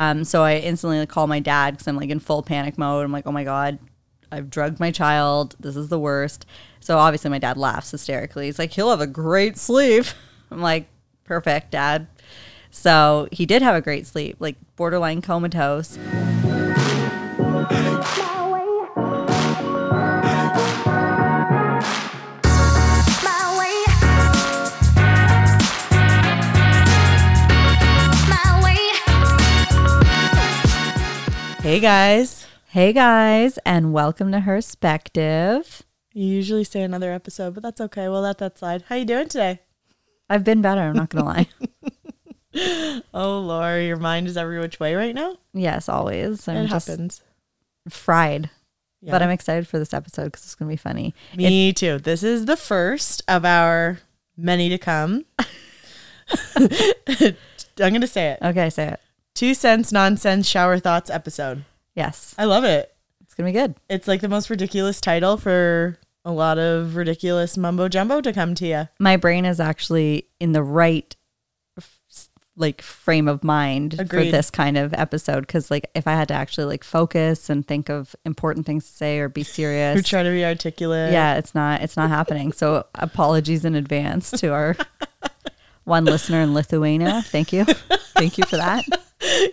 Um, so I instantly like, call my dad because I'm like in full panic mode. I'm like, oh my God, I've drugged my child. This is the worst. So obviously my dad laughs hysterically. He's like, he'll have a great sleep. I'm like, perfect, dad. So he did have a great sleep, like borderline comatose. Hey guys. Hey guys, and welcome to Perspective. You usually say another episode, but that's okay. We'll let that slide. How you doing today? I've been better, I'm not gonna lie. Oh Laura, your mind is every which way right now. Yes, always. I'm it just happens. fried. Yeah. But I'm excited for this episode because it's gonna be funny. Me too. This is the first of our many to come. I'm gonna say it. Okay, say it. Two cents nonsense shower thoughts episode. Yes. I love it. It's gonna be good. It's like the most ridiculous title for a lot of ridiculous mumbo jumbo to come to you. my brain is actually in the right f- like frame of mind for Agreed. this kind of episode because like if i had to actually like focus and think of important things to say or be We're serious trying to be articulate. yeah it's not it's not happening so apologies in advance to our one listener in lithuania thank you thank you for that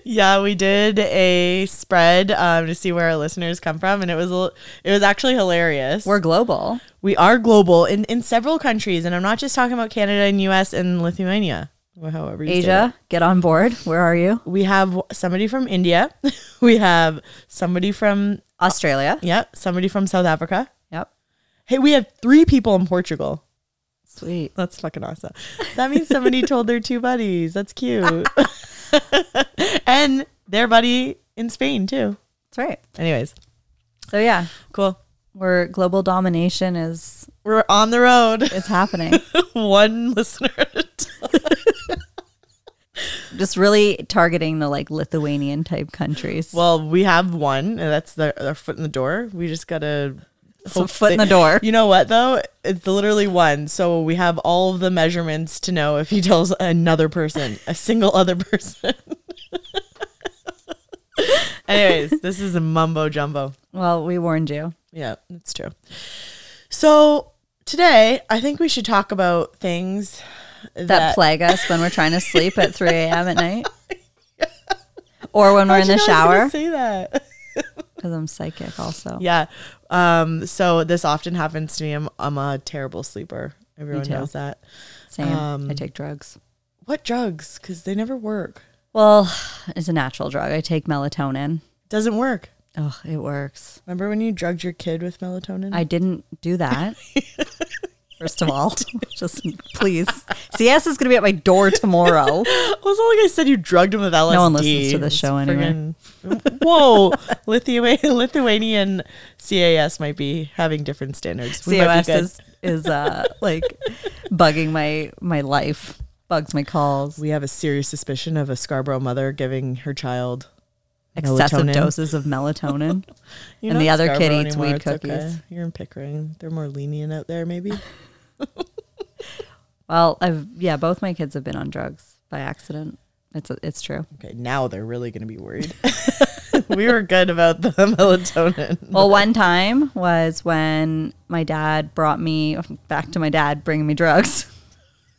Yeah, we did a spread um, to see where our listeners come from, and it was l- it was actually hilarious. we're global we are global in, in several countries, and I'm not just talking about Canada and U.S. and Lithuania, or however you say that. asia get on board where are you We have somebody from India, we have somebody from australia yeah, somebody from South Africa. yep Hey, we have three people in Portugal. sweet That's fucking awesome. That means somebody told their two buddies. That's cute, and their buddy in Spain too. that's right Anyways, so yeah cool. we're global domination is We're on the road. it's happening One listener. at a time. just really targeting the like Lithuanian type countries. well, we have one, and that's their, their foot in the door. We just gotta So hope foot in they- the door. You know what though? It's literally one. So we have all of the measurements to know if he tells another person, a single other person. Anyways, this is a mumbo jumbo. Well, we warned you. Yeah, that's true. So today, I think we should talk about things That, that plague us when we're trying to sleep at 3 a.m. at night. Or when we're in the Actually, Oh, I was gonna shower. Say that. Because I'm psychic also. Yeah. Um, so this often happens to me. I'm, I'm a terrible sleeper. Everyone too. knows that. Same. I Um, take drugs. What drugs? Because they never work. Well, it's a natural drug. I take melatonin. Doesn't work. Oh, it works. Remember when you drugged your kid with melatonin? I didn't do that. First of all, just please. CS is going to be at my door tomorrow. It wasn't like I said you drugged him with LSD. one listens to this It's show anyway. friggin- Whoa, Lithuania, Lithuanian CAS might be having different standards. We might be COS good. is, is uh, like bugging my, my life, bugs my calls. We have a serious suspicion of a Scarborough mother giving her child excessive melatonin. doses of melatonin. You're And not the other kid Scarborough eats anymore, weed it's okay. cookies. You're in Pickering. They're more lenient out there, maybe. well, I've yeah, both my kids have been on drugs by accident. It's it's true. Okay, now they're really going to be worried. we were good about the melatonin. Well, one time was when my dad brought me back to my dad bringing me drugs.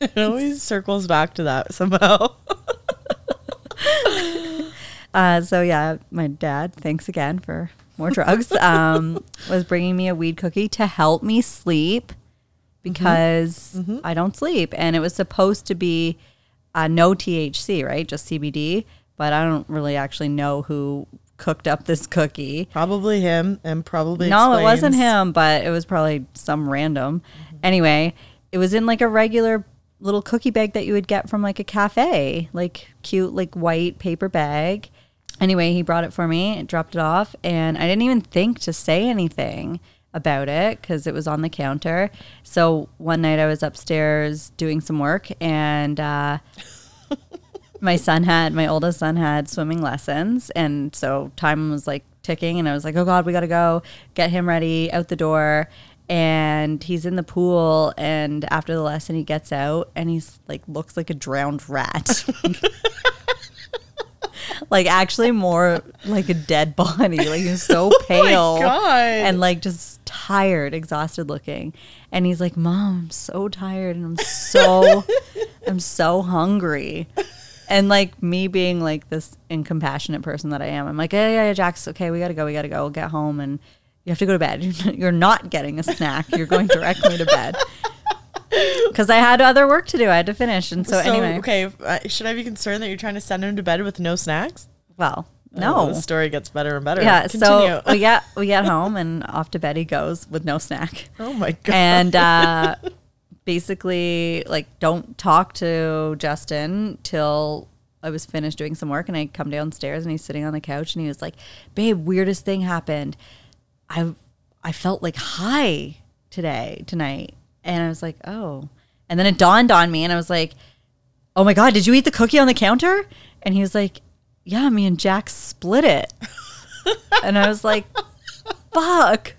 It always circles back to that somehow. Uh, so yeah, my dad, thanks again for more drugs. Um, was bringing me a weed cookie to help me sleep because I don't sleep, and it was supposed to be uh, no THC, right? Just CBD. But I don't really actually know who cooked up this cookie. Probably him, and probably No, it wasn't explains- him, but it was probably some random. Anyway, it was in like a regular little cookie bag that you would get from like a cafe, like cute, like white paper bag. Anyway, he brought it for me, dropped it off, and I didn't even think to say anything about it because it was on the counter. So one night I was upstairs doing some work and, uh, my son had my oldest son had swimming lessons and so time was like ticking and i was like oh god we gotta go get him ready out the door and he's in the pool and after the lesson he gets out and he's like looks like a drowned rat like actually more like a dead body. Like he was so pale God. and like just tired, exhausted looking. And he's like, "Mom, I'm so tired and I'm so I'm so hungry." And like me being like this incompassionate person that I am, I'm like, "Yeah, yeah, yeah, Jax, okay, we got to go. We got to go. We'll get home and you have to go to bed. You're not getting a snack. You're going directly to bed." Because I had other work to do, I had to finish, and so, So, anyway, okay, if- uh, should I be concerned that you're trying to send him to bed with no snacks? well, Oh, no, the story gets better and better. yeah. Continue. So we get we get home and off to bed he goes with no snack. oh my god. and uh, basically like don't talk to justin till i was finished doing some work and i come downstairs and he's sitting on the couch and he was like babe weirdest thing happened i i felt like high today tonight and i was like oh and then it dawned on me and i was like oh my god did you eat the cookie on the counter and he was like yeah me and jack split it and i was like fuck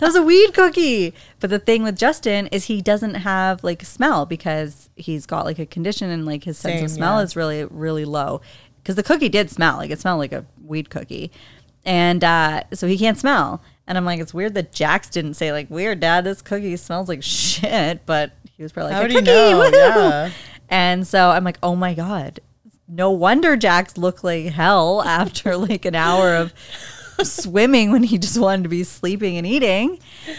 that was a weed cookie. But the thing with Justin is he doesn't have like smell because he's got like a condition and like his sense Same, of smell yeah. is really really low. Because the cookie did smell like it smelled like a weed cookie, and uh, so he can't smell. And I'm like, it's weird that Jax didn't say like, "Weird, Dad, this cookie smells like shit." But he was probably like, How "A do you cookie, know? woohoo!" Yeah. And so I'm like, oh my God. No wonder Jax looked like hell after like an hour of swimming when he just wanted to be sleeping and eating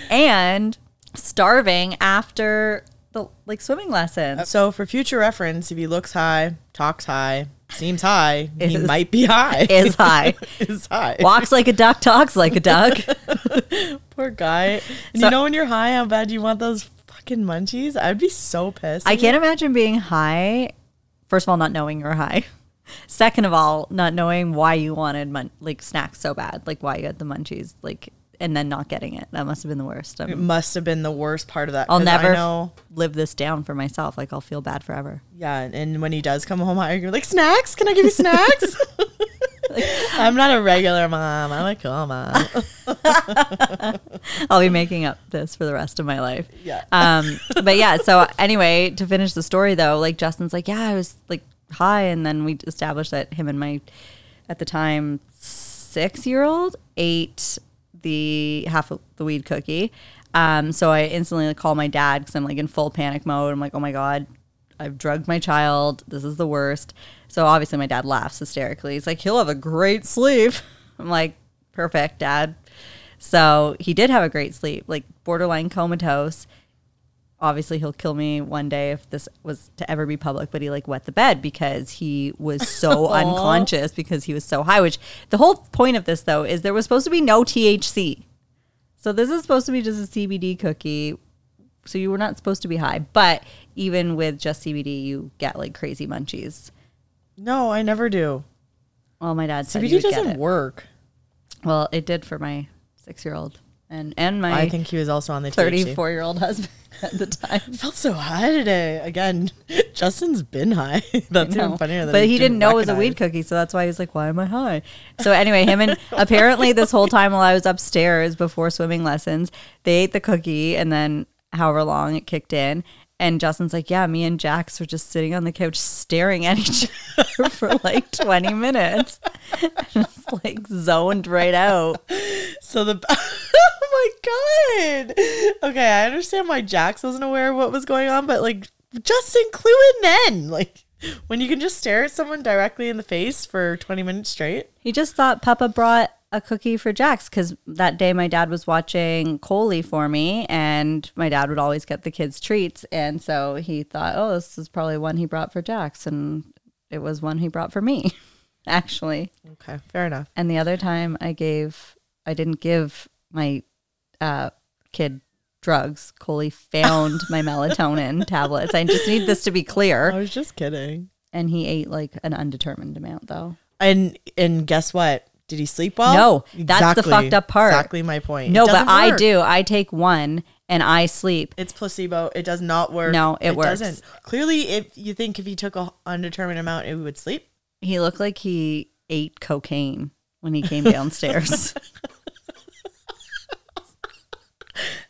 and starving after the like swimming lessons. So for future reference, if he looks high, talks high, seems high, he Is- might be high. Is high. is high. Walks like a duck, talks like a duck. Poor guy. And So- you know when you're high, how bad you want those fucking munchies? I'd be so pissed. I can't imagine being high. First of all, not knowing you're high. Second of all, not knowing why you wanted mun- like snacks so bad, like why you had the munchies, like and then not getting it. That must have been the worst. I'm- it must have been the worst part of that. I'll Mm, 'cause never I f- know. live this down for myself. Like I'll feel bad forever. Yeah, and- and when he does come home, high, you're like, snacks? Can I give you snacks? I'm not a regular mom. I'm a cool mom. I'll be making up this for the rest of my life. Yeah. Um, but yeah, so anyway, to finish the story though, like Justin's like, yeah, I was like high. And then we established that him and my, at the time, six year old ate the half of the weed cookie. Um, so I instantly like, call my dad because I'm like in full panic mode. I'm like, oh my God, I've drugged my child. This is the worst. So obviously my dad laughs hysterically. He's like, he'll have a great sleep. I'm like, perfect, dad. So he did have a great sleep, like borderline comatose. Obviously, he'll kill me one day if this was to ever be public, but he like wet the bed because he was so unconscious because he was so high. Which the whole point of this, though, is there was supposed to be no THC. So this is supposed to be just a CBD cookie. So you were not supposed to be high, but even with just CBD, you get like crazy munchies. no, I never do. Well, my dad said he CBD would get doesn't it. work. Well, it did for my six-year-old and and my I think he was also on the THC. 34 year old husband at the time. felt so high today. Again, Justin's been high. That's even No. funnier. Than But he didn't know it was a recognize. weed cookie, so that's why he's like, "Why am I high?" So anyway, him and apparently this whole time while I was upstairs before swimming lessons, they ate the cookie, and then however long it kicked in, and Justin's like, "Yeah, me and Jax were just sitting on the couch staring at each other for like twenty minutes, just like zoned right out." So the oh my god. Okay, I understand why Jax wasn't aware of what was going on, but like Justin, clue in then. Like when you can just stare at someone directly in the face for twenty minutes straight. He just thought Papa brought a cookie for Jax because that day my dad was watching Coley for me, and my dad would always get the kids treats, and so he thought, oh, this is probably one he brought for Jax, and it was one he brought for me, actually. Okay, fair enough. And the other time I gave, I didn't give my uh, kid drugs. Coley found my melatonin tablets. I just need this to be I clear. was just kidding. And he ate like an undetermined amount, though. And and guess what? Did he sleep well? No, that's the fucked up part. Exactly my point. It No, but doesn't I work. do. I take one and I sleep. It's placebo. It does not work. No, it works. doesn't. Clearly, if you think if he took a undetermined amount, it would sleep. He looked like he ate cocaine when he came downstairs.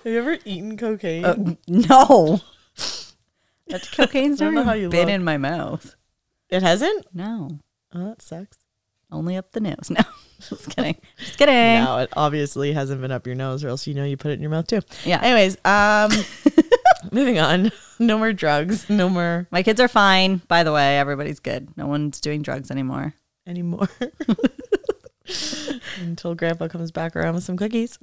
Have you ever eaten cocaine? Uh, no. That cocaine's I don't never know how even you been look. in my mouth. it hasn't. No. Oh, that sucks. Only up the nose. No, just kidding. Just kidding. No, it obviously hasn't been up your nose, or else you know you put it in your mouth too. Yeah. Anyways, um, moving on. No more drugs. No more My kids are fine. By the way, everybody's good. No one's doing drugs anymore. anymore. Until Grandpa comes back around with some cookies.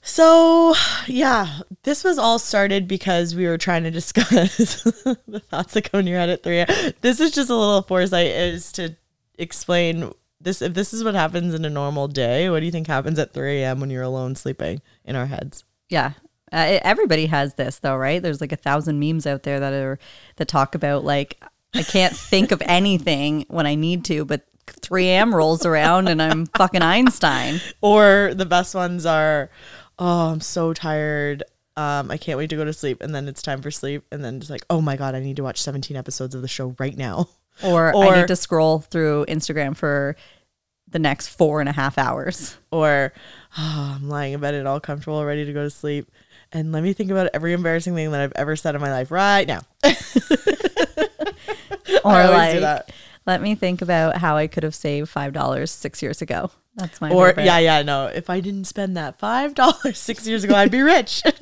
So, yeah, this was all started because we were trying to discuss the thoughts that go in your head at 3 a.m. This is just a little foresight is to explain this. If this is what happens in a normal day, what do you think happens at 3 a.m. when you're alone sleeping in our heads? Yeah. Uh, it- everybody has this though, right? There's like a thousand memes out there that are that talk about like I can't think of anything when I need to, but 3am rolls around and I'm fucking Einstein. Or the best ones are, oh, I'm so tired. Um, I can't wait to go to sleep. And then it's time for sleep. And then it's like, oh my God, I need to watch 17 episodes of the show right now. Or, Or- I need to scroll through Instagram for the next four and a half hours. Or, oh, I'm lying in bed and all comfortable, ready to go to sleep. And let me think about every embarrassing thing that I've ever said in my life right now. Or I always like do that. let me think about how I could have saved five dollars six years ago. That's my Or, favorite. yeah, yeah, no. If I didn't spend that $5 six years ago, I'd be rich.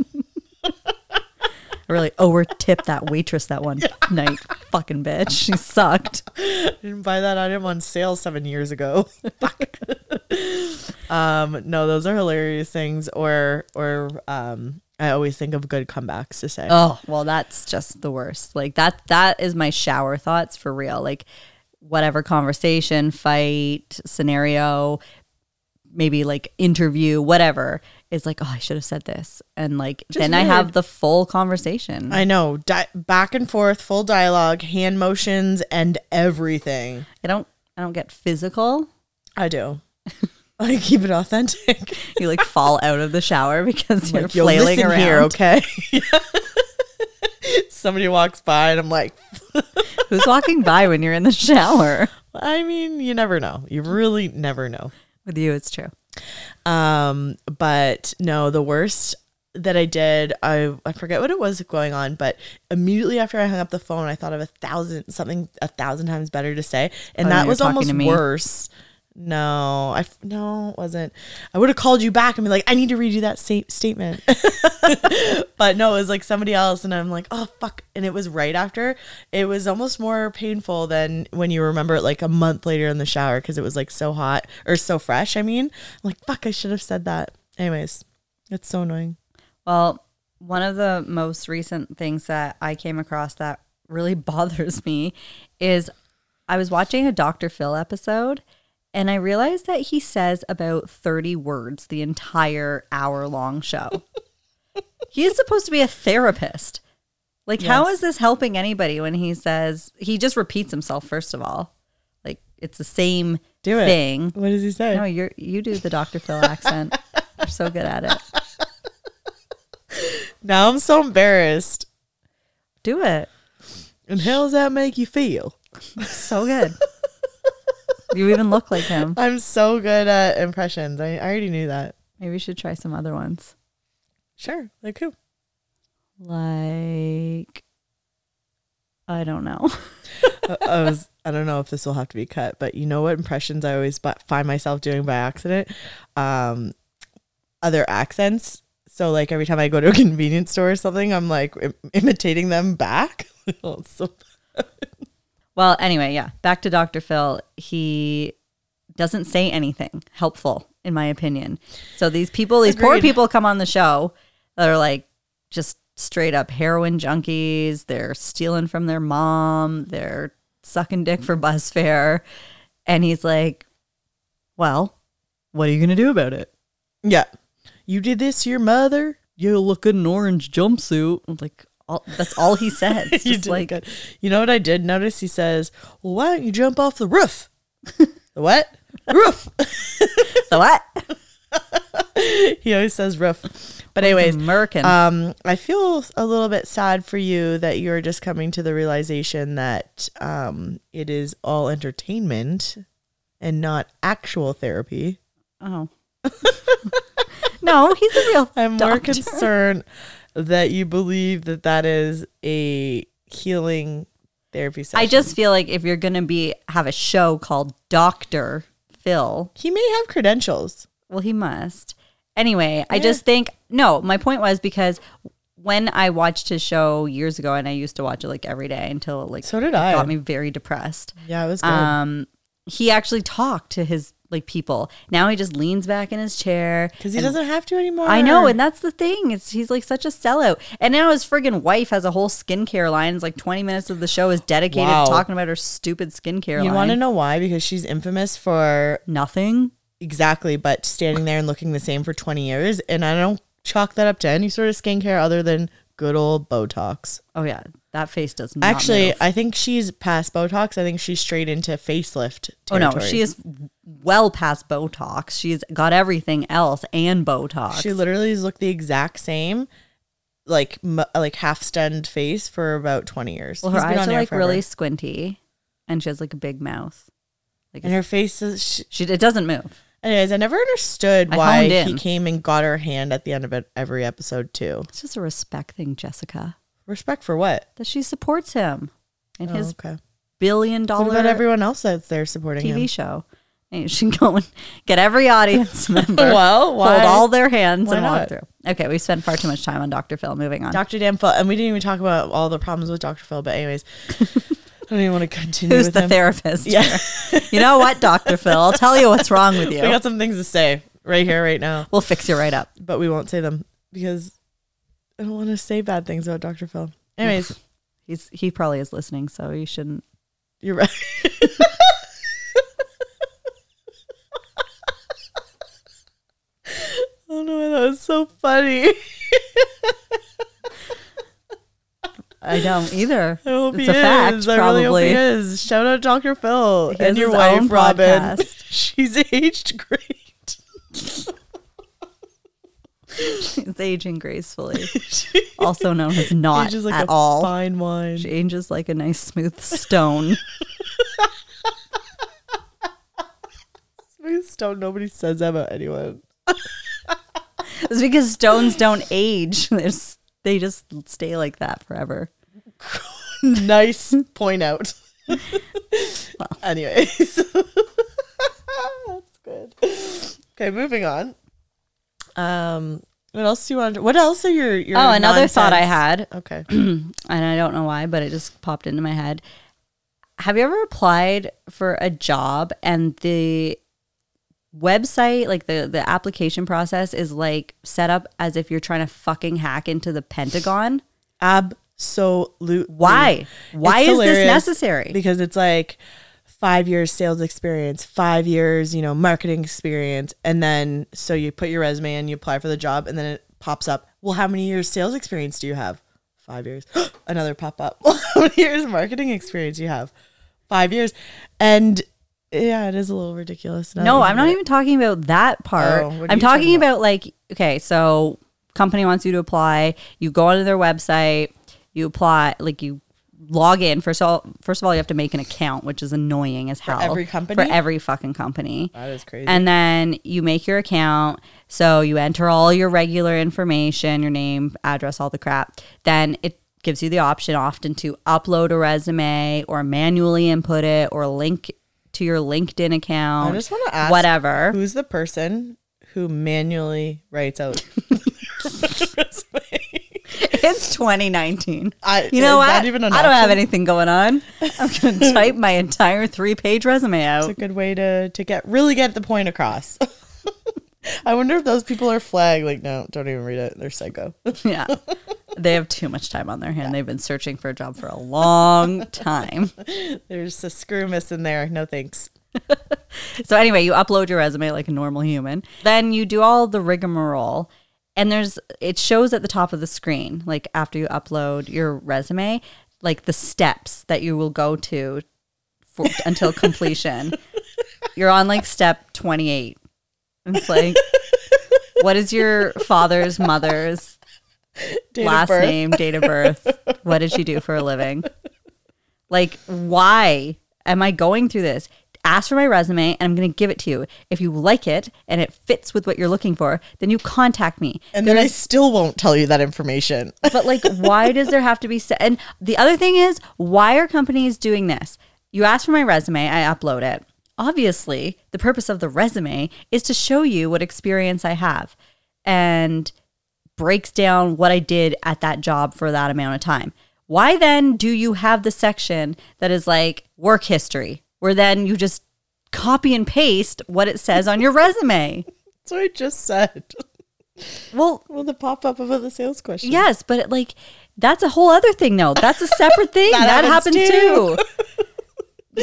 I really overtipped that waitress that one night. Fucking bitch. She sucked. didn't buy that item on sale seven years ago. um, no, those are hilarious things. Or or um, I always think of good comebacks to say. Oh, well, that's just the worst. Like that that is my shower thoughts for real. Like whatever conversation, fight, scenario, maybe like interview, whatever. It's like, oh, I should have said this. And like then I have the full conversation. I know, di- back and forth, full dialogue, hand motions, and everything. I don't I don't get physical. I do. I keep it authentic. You like fall out of the shower because you're Like, yo, flailing listen around. here, okay? Somebody walks by and I'm like, Who's walking by when you're in the shower? I mean, you never know. You really never know. With you, it's true. Um, but no, the worst that I did, I I forget what it was going on, but immediately after I hung up the phone, I thought of a thousand something a thousand times better to say, and Oh, that you're was talking almost to me. worse. No, I f- no it wasn't. I would have called you back and be like, I need to redo that sta- statement. but no, it was like somebody else, and I'm like, oh fuck, and it was right after. It was almost more painful than when you remember it like a month later in the shower because it was like so hot or so fresh. I mean, I'm like fuck, I should have said that. Anyways, it's so annoying. Well, one of the most recent things that I came across that really bothers me is I was watching a Dr. Phil episode and I realized that he says about 30 words the entire hour long show. he is supposed to be a therapist. Like, how is this helping anybody when he says he just repeats himself, first of all? Like, it's the same Do it. thing. What does he say? No, you're, you do the Dr. Phil accent. You're so good at it. Now I'm so embarrassed. Do it. And how does that make you feel? So good. you even look like him. I'm so good at impressions. I, I already knew that. Maybe you should try some other ones. Sure. Like who? Like, I don't know. I, I was. I don't know if this will have to be cut, but you know what impressions I always bu- find myself doing by accident? Um, other accents. So like every time I go to a convenience store or something, I'm like Im- imitating them back. Oh, it's so- Well, anyway, yeah, back to Dr. Phil. He doesn't say anything helpful, in my opinion. So these people, these poor Agreed. people come on the show that are like just straight up heroin junkies. They're stealing from their mom. They're sucking dick for bus fare. And he's like, well, what are you going to do about it? yeah, you did this to your mother. You look good in an orange jumpsuit. I'm like, all, that's all he says. It's you just did like, good. You know what I did notice? He says, "Well, why don't you jump off the roof?" the what? roof. so what? he always says roof. But anyways, American. um, I feel a little bit sad for you that you're just coming to the realization that um, it is all entertainment and not actual therapy. Oh. no, he's a real I'm more doctor. concerned that you believe that that is a healing therapy session. I just feel like if you're gonna be have a show called Doctor Phil, he may have credentials. well, he must. Anyway, I just think no. My point was because when I watched his show years ago, and I used to watch it like every day until it like So did I. got me very depressed. yeah, it was good. Um, he actually talked to his like people. Now he just leans back in his chair Because he doesn't have to anymore. I know, and that's the thing. It's he's like such a sellout. And now his friggin' wife has a whole skincare line. It's like twenty minutes of the show is dedicated Wow. to talking about her stupid skincare you line. want to know why? Because she's infamous for Nothing. exactly, but standing there and looking the same for 20 years. And I don't chalk that up to any sort of skincare other than good old Botox. Oh yeah, that face does not Actually, move. I think she's past Botox. I think she's straight into facelift. Oh Territory. no, she is well past Botox. She's got everything else and Botox. She literally has looked the exact same, like m- like half stunned face for about 20 years. well, her He's been eyes are on air like forever. really squinty, and she has like a big mouth. Like And her face is. She, she, it doesn't move. anyways, I never understood I why honed he in. came and got her hand at the end of it, every episode too. It's just a respect thing, Jessica, Respect for what? that she supports him in Oh, his okay. billion dollar What about everyone else that's there supporting TV him? show. And you should go and get every audience member, Well, why- hold all their hands, why and walk not? through. Okay, we spent far too much time on Dr. Phil. Moving on. Dr. Dan Phil, and we didn't even talk about all the problems with Dr. Phil, but anyways, I don't even want to continue Who's with the him. therapist? Yeah, You know what, Dr. Phil? I'll tell you what's wrong with we you. got some things to say right here, right now, We'll fix you right up. but we won't say them because I don't want to say bad things about Dr. Phil. Anyways, He's he probably is listening, so you shouldn't. you're right. oh no, that was so funny. I don't either. I hope it's he a fact, is. I probably. really hope he is. Shout out Dr. Phil He has and your his wife, own Robin. podcast. She's aged great. He's aging gracefully, also known as not ages like at a all. fine wine. She ages like a nice smooth stone. I just don't. Nobody says that about anyone. It's because stones don't age. They're s- they just stay like that forever. nice point out. Anyways, that's good. Okay, moving on. Um, what else do you want? To, what else are your your? Oh, another thought I had, nonsense- Okay. and I don't know why, but it just popped into my head. Have you ever applied for a job and the website, like the the application process, is like set up as if you're trying to fucking hack into the Pentagon? Absolutely. Why? Why It's is this hilarious necessary? Because it's like five years sales experience, five years, you know, marketing experience. And then so you put your resume in, you apply for the job, and then it pops up. Well, how many years sales experience do you have? Five years. Another pop up. Well, how many years marketing experience do you have? Five years. And yeah, it is a little ridiculous. now No, that you I'm do not it. even talking about that part. Oh, what are you I'm talking, talking about? like okay, so company wants you to apply. You go onto their website, you apply, like you log in. First of all, first of all, you have to make an account, which is annoying as hell every company? for every fucking company. That is crazy. And then you make your account. So you enter all your regular information, your name, address, all the crap. Then it gives you the option often to upload a resume or manually input it or link to your LinkedIn account. I just want to ask whatever. who's the person who manually writes out It's 2019. I, You know what? is that even I an don't have option? anything going on. I'm going to type my entire three page resume out. It's a good way to to get really get the point across. I wonder if those people are flagged. Like, no, don't even read it. They're psycho. yeah. They have too much time on their hand. They've been searching for a job for a long time. There's a screw miss in there. No thanks. So anyway, you upload your resume like a normal human. Then you do all the rigmarole. And there's it shows at the top of the screen, like after you upload your resume, like the steps that you will go to for, until completion. You're on like step 28. And It's like, what is your father's mother's Date of last birth. name, date of birth? What did she do for a living? Like, why am I going through this? ask for my resume and I'm going to give it to you. If you like it and it fits with what you're looking for, then you contact me. And then I still won't tell you that information. But like, why does there have to be? Se- and the other thing is, why are companies doing this? You ask for my resume, I upload it. Obviously, the purpose of the resume is to show you what experience I have and breaks down what I did at that job for that amount of time. Why then do you have the section that is like work history, where then you just copy and paste what it says on your resume? That's what I just said. Well, Well, the pop up about the sales question. Yes, but it, like that's a whole other thing though. That's a separate thing. that, That happens, happens too.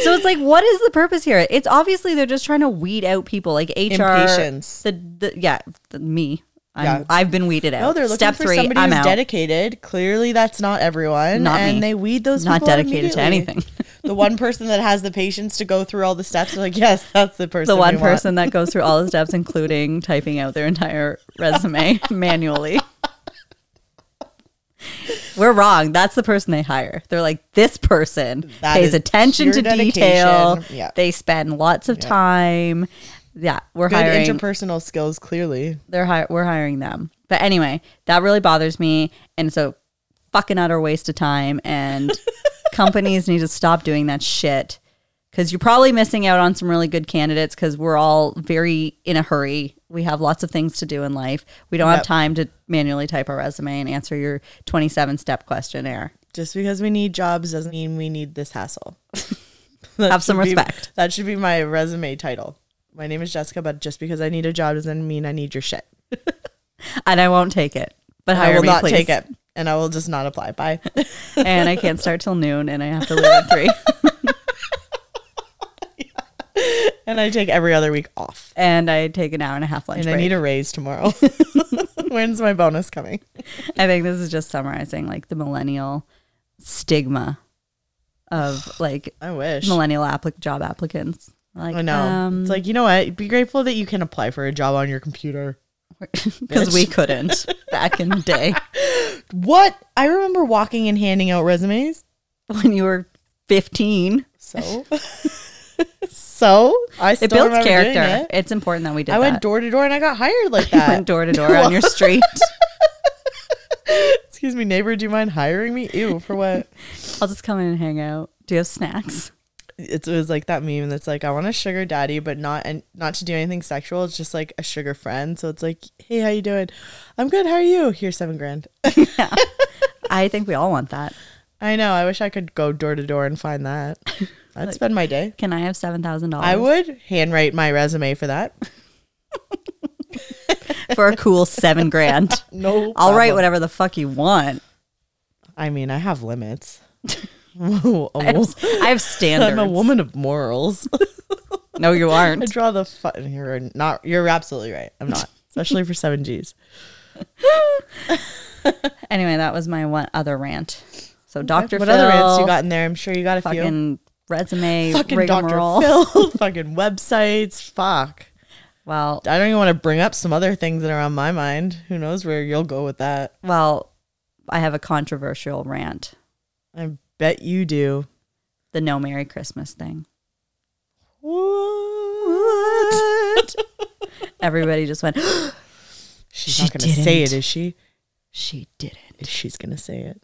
so it's like what is the purpose here? It's obviously they're just trying to weed out people like HR Impatience. The, the yeah, the, me. I'm, Yeah. I've been weeded out. No, they're looking Step for 3 somebody I'm who's out. dedicated. Clearly, that's not everyone. Not and me. they weed those Not people out dedicated to immediately. anything. the one person that has the patience to go through all the steps, they're like, yes, that's the person. the we one want." person that goes through all the steps, including typing out their entire resume manually. We're wrong. That's the person they hire. They're like, this person That pays is attention pure to dedication. detail. Yeah. They spend lots of time. Yeah, we're Good hiring. interpersonal skills, clearly. they're hi- we're hiring them. But anyway, that really bothers me, and so fucking utter waste of time. And companies need to stop doing that shit because you're probably missing out on some really good candidates because we're all very in a hurry. We have lots of things to do in life. We don't have Yep. time to manually type our resume and answer your 27 step questionnaire. Just because we need jobs doesn't mean we need this hassle. That Have some should be- respect. that should be my resume title. My name is Jessica, but just because I need a job doesn't mean I need your shit. And I won't take it. But I hire will me, not please. take it, and I will just not apply. Bye. And I can't start till noon, and I have to leave at three. and I take every other week off. and I take an hour and a half lunch And break. I need a raise tomorrow. When's my bonus coming? I think this is just summarizing like the millennial stigma of like I wish. millennial applic- job applicants. Like, I know. um, it's like, you know what? Be grateful that you can apply for a job on your computer. because we couldn't back in the day What? I remember walking and handing out resumes. when you were 15. So, so I still It builds remember doing character. it. It's important that we did I that. went door to door and I got hired like You went that. door to door on your street. Excuse me, neighbor, do you mind hiring me? Ew, for what? I'll just come in and hang out. Do you have snacks? It's- It was like that meme that's like, I want a sugar daddy, but not and not to do anything sexual. It's just like a sugar friend. So it's like, hey, how you doing? I'm good. How are you? Here's seven grand. I think we all want that. I know. I wish I could go door to door and find that. I'd spend my day. Can I have $7,000 I would handwrite my resume for that. for a cool seven grand? No. I'll write problem. whatever the fuck you want. I mean, I have limits. Whoa, a wo- I have standards. I'm a woman of morals. No, you I aren't. draw the fun. You're not. You're absolutely right. I'm not, especially for seven Gs. Anyway, that was my one other rant. So Dr. What Phil, other rants you got in there? I'm sure you got a few. Fucking resume Fucking Dr. rigmarole. Phil. fucking websites. Fuck. Well, I don't even want to bring up some other things that are on my mind. Who knows where you'll go with that? well, I have a controversial rant. I bet you do. The no Merry Christmas thing. What? Everybody just went, She's She not going to say it, didn't. is she? she did it. She's going to say it.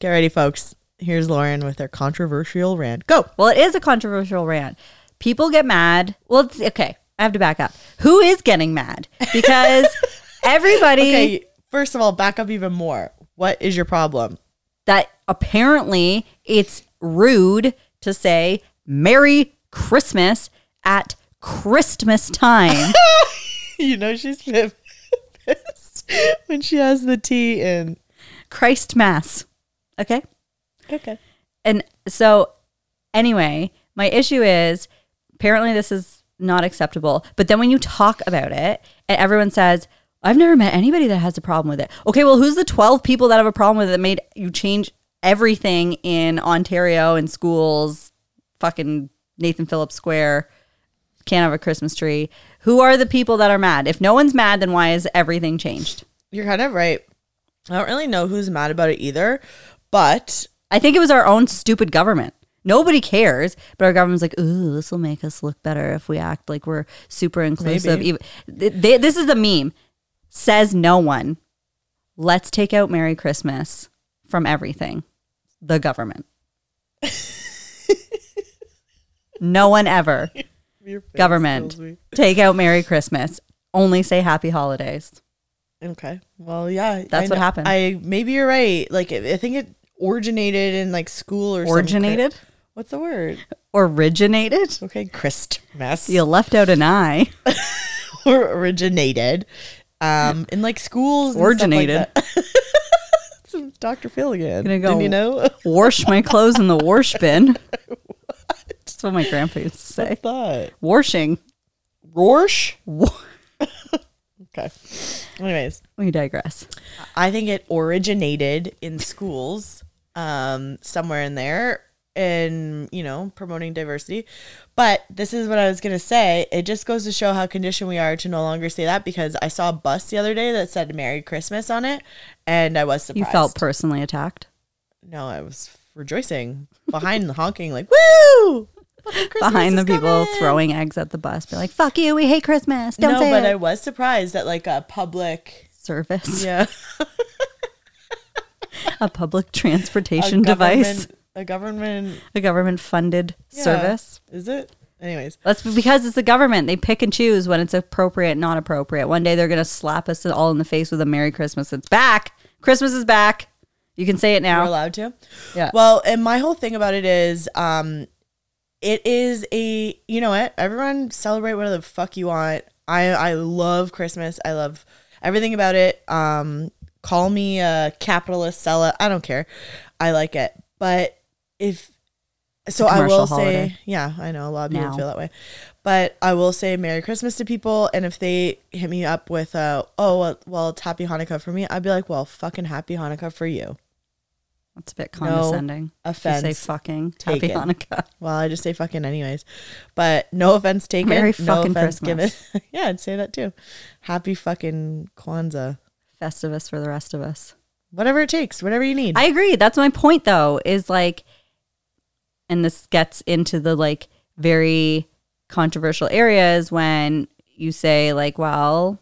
Get ready, folks. Here's Lauren with her controversial rant. Go. Well, it is a controversial rant. People get mad. Well, it's, okay, I have to back up. Who is getting mad? Because everybody Okay, first of all, back up even more. What is your problem? that apparently it's rude to say Merry Christmas at Christmas time. You know she's pissed when she has the tea in. Christ Mass. Okay. Okay. And so, anyway, my issue is apparently this is not acceptable. But then when you talk about it and everyone says, I've never met anybody that has a problem with it. Okay, well, who's the 12 people that have a problem with it that made you change everything in Ontario and schools, fucking Nathan Phillips Square? Can't have a Christmas tree. Who are the people that are mad? If no one's mad, then why is everything changed? You're kind of right. I don't really know who's mad about it either, but I think it was our own stupid government. Nobody cares, but our government's like, ooh, this will make us look better if we act like we're super inclusive. Maybe. Even th- they, this is the meme. Says no one. Let's take out Merry Christmas from everything. The government. no one ever. Your face Government. kills me. Take out Merry Christmas. Only say happy holidays. Okay. Well, yeah. That's I what kn- happened. I maybe you're right. Like I I think it originated in like school or some cri- Originated? What's the word? Originated? Okay, Christmas You left out an I. or originated um in like schools. and stuff like Originated. that. Some Dr. Phil again. Gonna go- Didn't you know? wash my clothes in the wash bin. That's what my grandpa used to say. What's that? Washing. Rorsch. Wa- Okay. Anyways, We digress. I think it originated in schools, um, somewhere in there, and you know, promoting diversity. But this is what I was gonna say. It just goes to show how conditioned we are to no longer say that because I saw a bus the other day that said "Merry Christmas" on it, and I was surprised. You felt personally attacked. No, I was rejoicing behind the honking, like woo! Fucking Christmas Behind the is people coming!" throwing eggs at the bus. Be like, fuck you, we hate Christmas. Don't no, say but it. I was surprised that like a public, Service. yeah, A public a transportation device. government- a government A government funded Yeah. service. Is it? Anyways, That's because it's the government. They pick and choose when it's appropriate, not appropriate. One day they're going to slap us all in the face with a Merry Christmas. It's back. Christmas is back. You can say it we're now. allowed to. Yeah. Well, and my whole thing about it is, um, it is a you know what? Everyone celebrate whatever the fuck you want. I I love Christmas. I love everything about it. Um, call me a capitalist seller. I don't care. I like it. But if so, I commercial will holiday. say, yeah, I know a lot of people Now. feel that way. But I will say Merry Christmas to people, and if they hit me up with, uh, oh, well, well, it's Happy Hanukkah for me, I'd be like, well, fucking Happy Hanukkah for you. That's a bit condescending. If you say offense fucking taken. happy Hanukkah. Well, I just say fucking anyways, but no offense taken. Merry no fucking offense Christmas. given. yeah, I'd say that too. Happy fucking Kwanzaa. Festivus for the rest of us. Whatever it takes, whatever you need. I agree. That's my point though, is like and this gets into the like very controversial areas when you say like, well,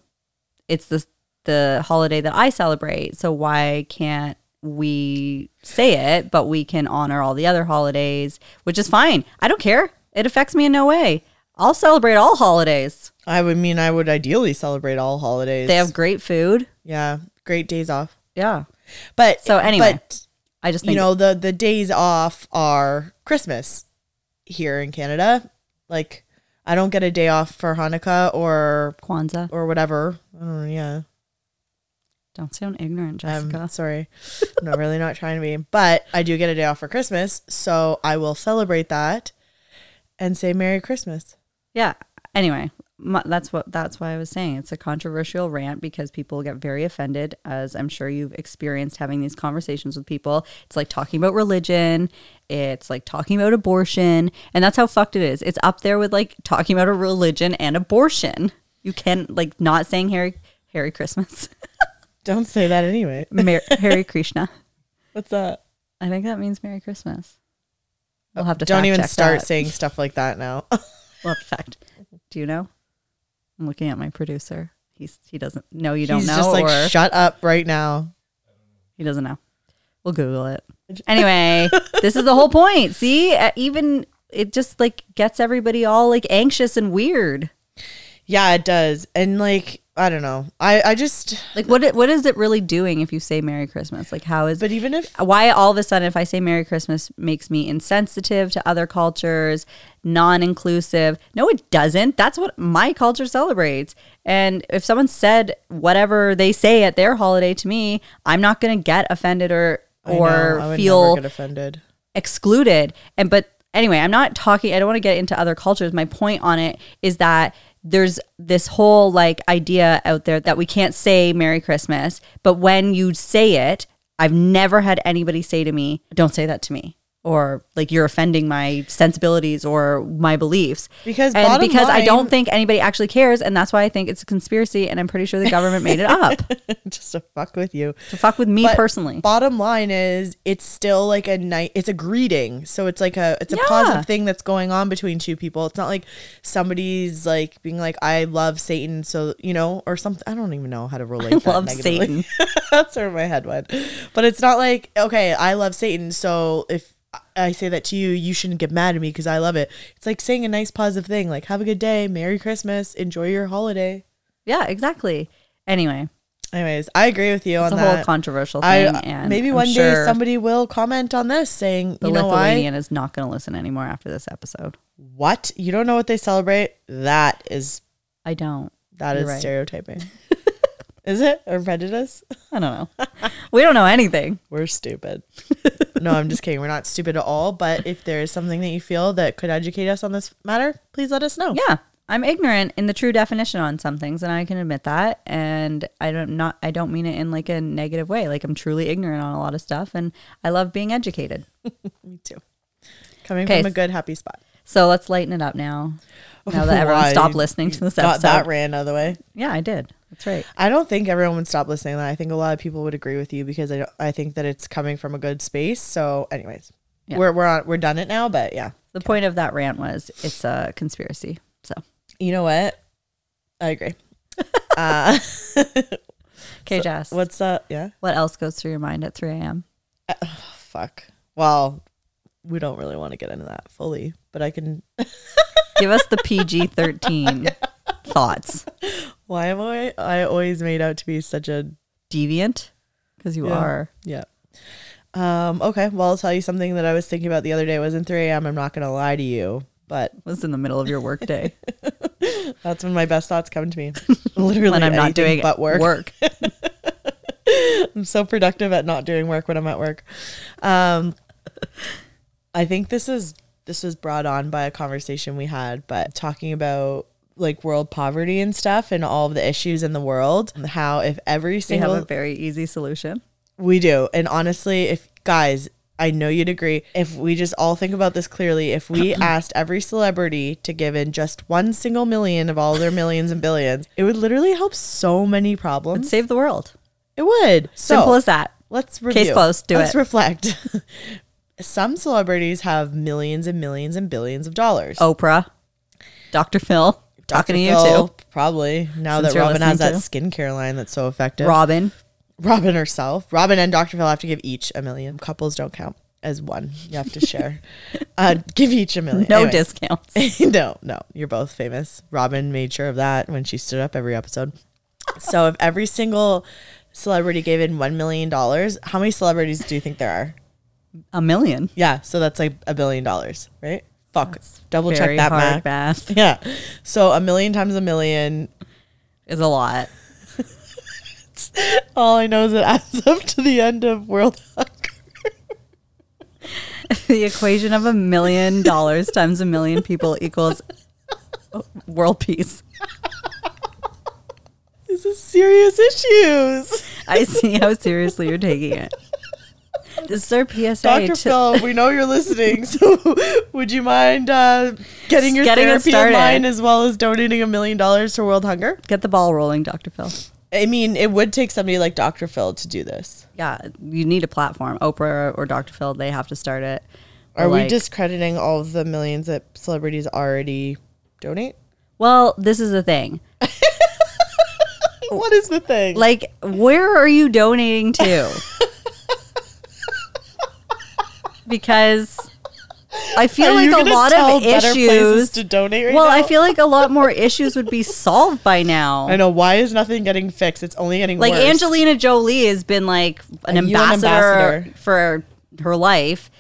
it's the the holiday that I celebrate, so why can't we say it, but we can honor all the other holidays, which is fine. I don't care. It affects me in no way. I'll celebrate all holidays. I would mean I would ideally celebrate all holidays. They have great food. yeah, great days off. Yeah. But So anyway, but I just think you know the the days off are Christmas here in Canada. Like I don't get a day off for Hanukkah or Kwanzaa. or whatever. I don't know, yeah. Don't sound ignorant, I'm Jessica. Um, sorry. I'm not really not trying to be, but I do get a day off for Christmas, so I will celebrate that and say Merry Christmas. yeah. Anyway, my, that's what that's why I was saying it's a controversial rant because people get very offended, as I'm sure you've experienced having these conversations with people. It's like talking about religion. It's like talking about abortion, and that's how fucked it is. It's up there with like talking about a religion and abortion. You can like not saying Harry Harry Christmas, Don't say that anyway. Mer- Harry Krishna. What's that? I think that means Merry Christmas. We'll have to Don't fact even check start that. saying stuff like that now. Well, in fact, do you know? I'm looking at my producer. He's he doesn't. No, you don't He's know, just like, or shut up right now. he doesn't know. We'll Google it. Anyway, this is the whole point. See, Uh, even it just like gets everybody all like anxious and weird. Yeah, it does. And like, I don't know. I, I just, Like, what it- what is it really doing if you say Merry Christmas? Like, how is but even if why all of a sudden if i say merry christmas makes me insensitive to other cultures non-inclusive no it doesn't that's what my culture celebrates and if someone said whatever they say at their holiday to me i'm not going to get offended or I know, or I would never feel get offended. excluded. And but anyway, I'm not talking I don't want to get into other cultures. My point on it is that there's this whole like idea out there that we can't say Merry Christmas, but when you say it, I've never had anybody say to me, "Don't say that to me." or like you're offending my sensibilities or my beliefs. Because and bottom because I line- don't think anybody actually cares, and that's why I think it's a conspiracy, and I'm pretty sure the government made it up just to fuck with you. to fuck with me But personally. Bottom line is, it's still like a night. It's a greeting, so it's like a it's a Yeah. positive thing that's going on between two people. It's not like somebody's like being like, "I love Satan," so you know, or something. I don't even know how to relate. that Love negatively. Satan. that's where my head went. But it's not like, okay, I love Satan, so if I say that to you, you shouldn't get mad at me because I love it. It's like saying a nice positive thing, like "Have a good day, Merry Christmas, enjoy your holiday." Yeah, exactly. Anyway, Anyways, I agree with you it's on a that. whole controversial I uh, thing. and maybe I'm one day sure somebody will comment on this saying, the you know why? Lithuanian is not going to listen anymore after this episode. What? You don't know what they celebrate? That is I don't. that is You're right. stereotyping. is it or prejudice? I don't know. we don't know anything. We're stupid. no, I'm just kidding. We're not stupid at all. But if there is something that you feel that could educate us on this matter, please let us know. Yeah. I'm ignorant in the true definition on some things and I can admit that and I don't not I don't mean it in like a negative way. Like I'm truly ignorant on a lot of stuff and I love being educated. Me too. Coming Okay. from a good happy spot. So let's lighten it up now. Now that everyone Why? stopped listening to this Got episode. that ran out of the way. yeah, I did. That's right. I don't think everyone would stop listening. to that. I think a lot of people would agree with you because I don't, I think that it's coming from a good space. So, anyways, Yeah. we're we're on, we're done it now. But yeah, The point of that rant was it's a conspiracy. So you know what? I agree. uh, Okay, Jess. What, what's up? Yeah. else goes through your mind at three AM? Fuck. Well, we don't really want to get into that fully, but I can. Give us the PG thirteen thoughts. Why am I? I always made out to be such a Deviant? Because you Yeah. are. Yeah. Um. Okay. Well, I'll tell you something that I was thinking about the other day. It wasn't 3 a.m. I'm not gonna lie to you, but Was in the middle of your workday. That's when my best thoughts come to me. Literally, when I'm not doing but work. work. I'm so productive at not doing work when I'm at work. Um, I think this is this was brought on by a conversation we had, but talking about like world poverty and stuff and all of the issues in the world. and How if every We have single a very easy solution. We do. And honestly, if guys, I know you'd agree. If we just all think about this clearly, if we asked every celebrity to give in just one single million of all their millions and billions, it would literally help so many problems. Save the world. It would. So, Simple as that. Let's review. closed. Do Let's it. reflect. Some celebrities have millions and millions and billions of dollars. Oprah, Dr. Phil, Oh, talking to you too. Probably now Since that you're Robin has that listening skincare line that's so too. effective. Robin. Robin herself, Robin and Dr. Phil have to give each a million. Couples don't count as one. You have to share. uh, give each a million. No Anyway. discounts. no, no. You're both famous. Robin made sure of that when she stood up every episode. so if every single celebrity gave in $1 million, how many celebrities do you think there are? A million. Yeah. So that's like a billion dollars, right? Fuck. Double check Very that hard math math. Yeah. So a million times a million. is a lot. All I know is it adds up to the end of World Hunger. the equation of a million dollars times a million people equals world peace. This is serious issues. I see how seriously you're taking it. This is our PSA. Dr. to- Phil, we know you're listening, so would you mind uh, getting your Getting us therapy in started. line as well as donating a million dollars to World Hunger? Get the ball rolling, Dr. Phil. I mean, it would take somebody like Dr. Phil to do this. Yeah, you need a platform. Oprah or Dr. Phil, they have to start it. Or Are we like- discrediting all of the millions that celebrities already donate? Well, this is the thing. What is the thing? Oh. Like, where are you donating to? because I feel Are like you a gonna lot tell of better places issues. to donate right well, now? I feel like a lot more issues would be solved by now. I know. Why is nothing getting fixed? It's only getting like worse. Angelina Jolie has been like an A UN ambassador, ambassador. for her life,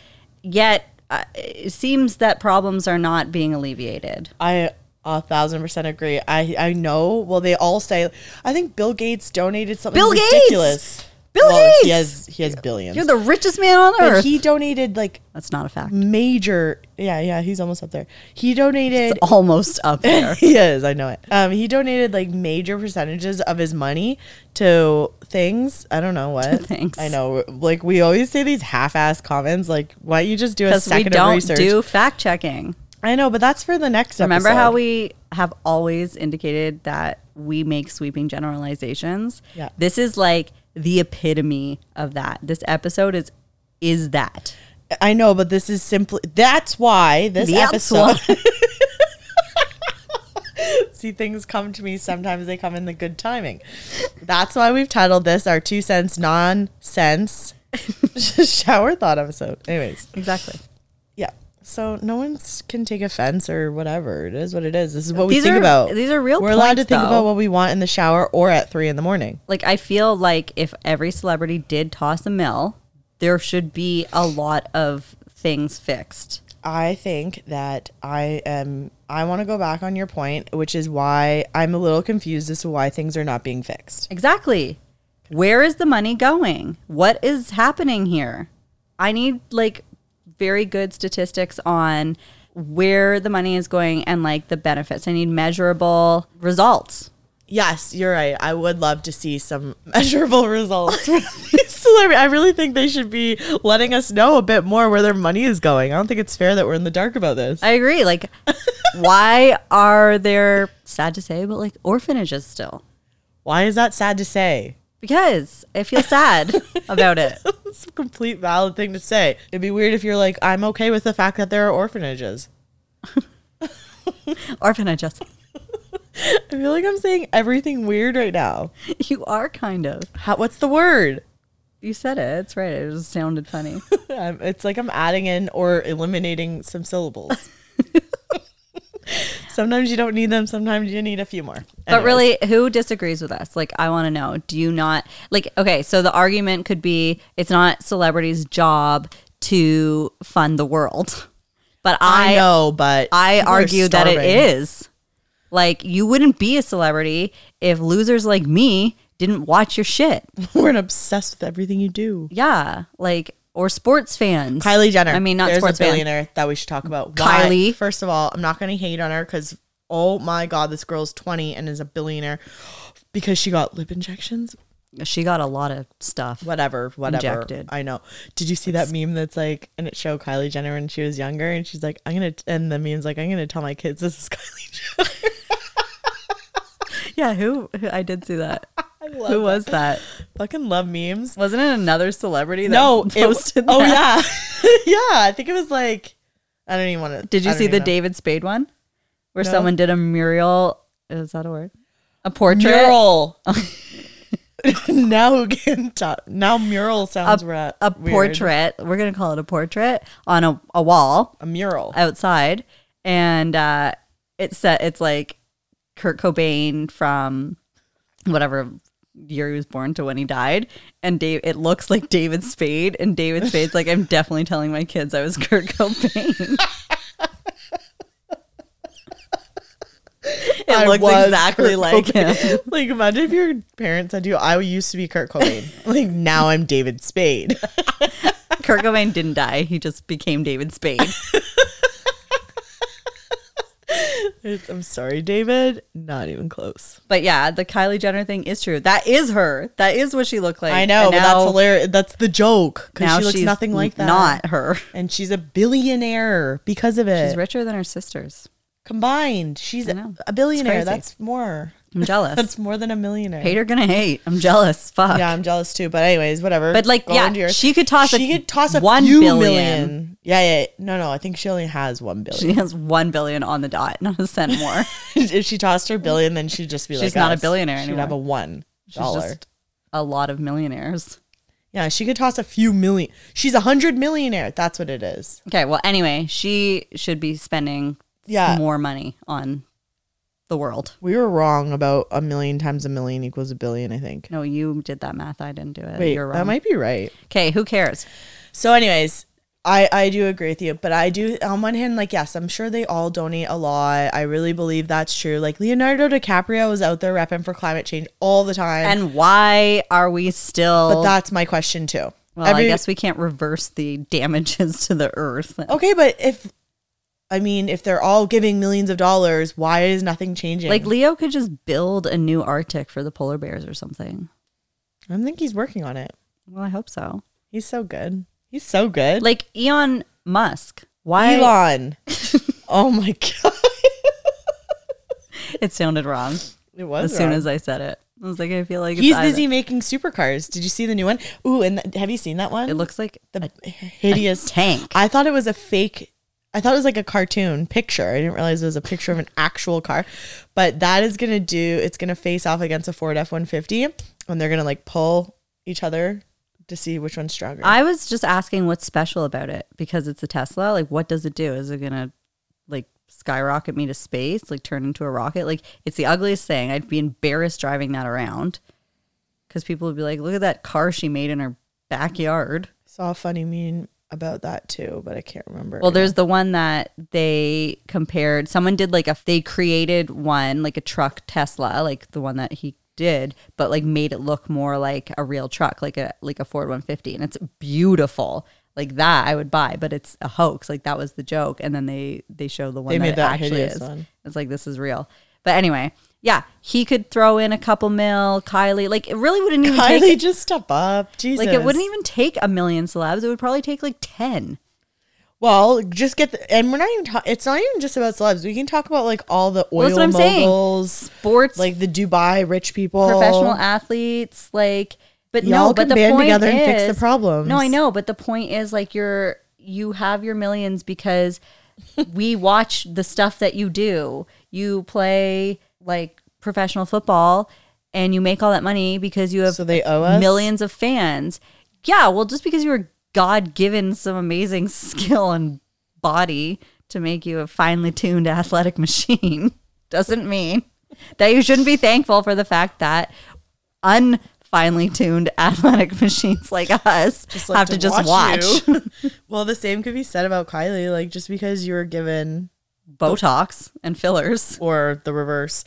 yet uh, it seems that problems are not being alleviated. I a thousand percent agree. I I know. Well, they all say. I think Bill Gates donated something Bill Gates! ridiculous. Bill well, Gates. He has he has 1000000000s You're the richest man on but earth. he donated like That's not a fact. major. Yeah, yeah, he's almost up there. He donated. It's almost up there. he is. I know it. Um, he donated like major percentages of his money to things. I don't know what. things. I know. Like we always say these half-ass comments. Like why don't you just do a Because we second of don't research? do fact checking. I know, but that's for the next. Remember episode. how we have always indicated that we make sweeping generalizations? Yeah. This is like the epitome of that. This episode is is that. I know, but this is simply that's why this That's episode. See, things come to me sometimes. They come in the good timing. That's why we've titled this our two cents nonsense shower thought episode. Anyways, Exactly. yeah. So no one can take offense or whatever. It is what it is. This is what we These think are- about. these are real We're allowed points, to think though. about what we want in the shower or at three in the morning. Like I feel like if every celebrity did toss a mill, there should be a lot of things fixed. I think that I am. I want to go back on your point, which is why I'm a little confused as to why things are not being fixed. Exactly. Where is the money going? What is happening here? I need like very good statistics on where the money is going and like the benefits. I need measurable results. Yes, you're right. I would love to see some measurable results. from these celebrities. I really think they should be letting us know a bit more where their money is going. I don't think it's fair that we're in the dark about this. I agree. Like, why are there, sad to say, but like orphanages still? Why is that sad to say? Because I feel sad about it. It's a complete valid thing to say. It'd be weird if you're like, I'm okay with the fact that there are orphanages. Orphanages. I feel like I'm saying everything weird right now. You are kind of. How, what's the word? You said it. It's right. It just sounded funny. Um, it's like I'm adding in or eliminating some syllables. sometimes you don't need them. Sometimes you need a few more. But Anyways, really, who disagrees with us? Like, I want to know. Do you not like? Okay, so the argument could be it's not celebrities' job to fund the world, but I, I know, but I, people are argue that it starving. is. Like, you wouldn't be a celebrity if losers like me didn't watch your shit. We're obsessed with everything you do. Yeah, like or sports fans. Kylie Jenner. I mean, not There's sports a fans. billionaire that we should talk about. Kylie. First of all, I'm not going to hate on her because oh my god, this girl's 20 and is a billionaire because she got lip injections. She got a lot of stuff. Whatever, whatever. Injected. I know. Did you see that meme that's like, and it showed Kylie Jenner when she was younger, and she's like, I'm gonna, and the meme's like, I'm gonna tell my kids this is Kylie Jenner. Yeah, who, who I did see that. who was that? Fucking love memes. Wasn't it another celebrity? That No, it was. posted. Oh that? yeah, yeah. I think it was like, I don't even want to. Did you see the David Spade one where someone did a mural? Is that a word? A portrait. mural? now who can talk? Now mural sounds right. A portrait. We're gonna call it a portrait on a, a wall A mural. outside, and uh, it said it's like Kurt Cobain from whatever year he was born to when he died, and Dave. It looks like David Spade, and David Spade's like, I'm definitely telling my kids I was Kurt Cobain. It I looks was exactly Kurt like Cobain. him. like imagine if your parents said to you, "I used to be Kurt Cobain." like now I'm David Spade. Kurt Cobain didn't die. He just became David Spade. It's- I'm sorry, David. Not even close. But yeah, the Kylie Jenner thing is true. That is her. That is what she looked like. I know, And but that's hilarious. That's the joke because now she looks she's nothing like that. Not her. and she's a billionaire because of it. She's richer than her sisters. combined. She's a, know. a billionaire. crazy. That's more. I'm jealous. That's more than a millionaire. Hater gonna hate. I'm jealous. Fuck. Yeah, I'm jealous too. But anyways, whatever. But like, Go yeah, into your- she could toss. she a could toss a one few billion. million. Yeah, yeah. No, no. I think she only has one billion. She has one billion on the dot, not a cent more. if she tossed her billion, then she'd just be like, She's not a us. billionaire She'd anymore. have a one She's dollar. just a lot of millionaires. yeah, she could toss a few million. She's a hundred millionaire. That's what it is. Okay. Well, anyway, she should be spending Yeah. more money on the world. We were wrong about a million times a million equals a billion. I think. No, you did that math. I didn't do it. Wait, You're that wrong. might be right. Okay, who cares? So, anyways, I, I do agree with you, but I do on one hand, like yes, I'm sure they all donate a lot. I really believe that's true. Like Leonardo DiCaprio is out there repping for climate change all the time. And why are we still? but that's my question too. well, I guess we can't reverse the damages to the earth. Okay, but if I mean if they're all giving millions of dollars, why is nothing changing? Like Leo could just build a new Arctic for the polar bears or something. I think he's working on it. Well, I hope so. He's so good. He's so good. Like Elon Musk. Why? Elon. oh my god. It sounded wrong It was as soon wrong. as I said it. I was like, I feel like it's he's either- busy making supercars. Did you see the new one? Ooh, and th- have you seen that one? It looks like the a hideous tank. I thought it was a fake. I thought it was like a cartoon picture. I didn't realize it was a picture of an actual car. But that is going to do, it's going to face off against a Ford F 150 and they're going to like pull each other to see which one's stronger. I was just asking what's special about it because it's a Tesla. Like, what does it do? Is it gonna like skyrocket me to space? Like, turn into a rocket? Like, it's the ugliest thing. I'd be embarrassed driving that around because people would be like, "Look at that car she made in her backyard." saw a funny meme about that too, but I can't remember. Well, there's the one that they compared. Someone did like a they created one like a truck Tesla, like the one that he did, but like made it look more like a real truck, like a like a Ford 150, and it's beautiful. Like that, I would buy, but it's a hoax. Like that was the joke, and then they they show the one They that made it that actually hideous is. one. It's like this is real. But anyway, yeah, he could throw in a couple mil. Kylie, like it really wouldn't even take Kylie, just step up. Jesus. like it wouldn't even take a million celebs. It would probably take like ten. Well, just get the, and we're not even, ta- it's not even just about celebs. We can talk about like all the that's oil what I'm saying. moguls, Sports like the Dubai rich people. professional athletes like but Y'all no but can the band point together is, and fix the problems. no i know but the point is like you're you have your millions because we watch the stuff that you do you play like professional football and you make all that money because you have So they owe us? millions of fans yeah well just because you were god-given some amazing skill and body to make you a finely tuned athletic machine doesn't mean that you shouldn't be thankful for the fact that unfinely tuned athletic machines like us like have to, just watch, you. well, the same could be said about Kylie. Like just because you were given Botox and fillers. or the reverse,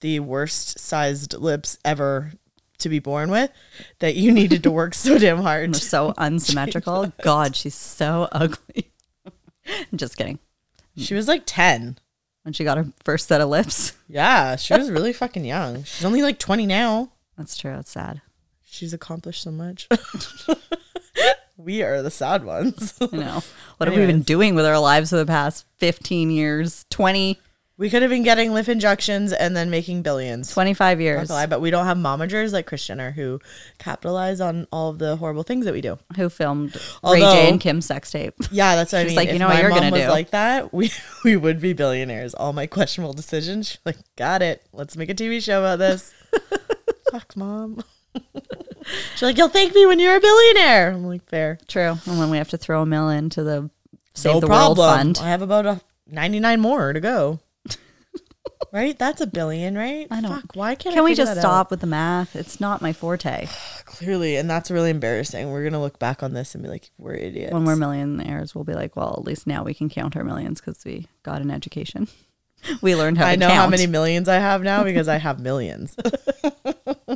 the worst sized lips ever to be born with, that you needed to work so damn hard. They're so unsymmetrical. God, she's so ugly. I'm just kidding. She was like ten. When she got her first set of lips. Yeah, she was really fucking young. She's only like twenty now. That's true. It's sad. She's accomplished so much. we are the sad ones. I know. What have we been doing with our lives for the past 15 years, 20, we could have been getting lip injections and then making billions. 25 Not years? gonna lie, but we don't have momagers like Chris Jenner who capitalize on all of the horrible things that we do. Who filmed Ray Although- J and Kim's sex tape? Yeah, that's what I She's mean. like, you If know what my you're mom gonna was do. like that, we we would be billionaires. All my questionable decisions. She's like, got it. Let's make a TV show about this. Fuck, mom. She's like, you'll thank me when you're a billionaire. I'm like, fair. True. And then we have to throw a mill into the Save no the problem. World Fund. I have about a 99 more to go. right? That's a billion, right? I don't- Fuck, why can't I Can we figure just that out? stop with the math? It's not my forte. Clearly, and that's really embarrassing. We're gonna look back on this and be like, we're idiots. When we're millionaires, we'll be like, well, at least now we can count our millions because we got an education. We learned how I to know count. how many millions I have now because I have millions.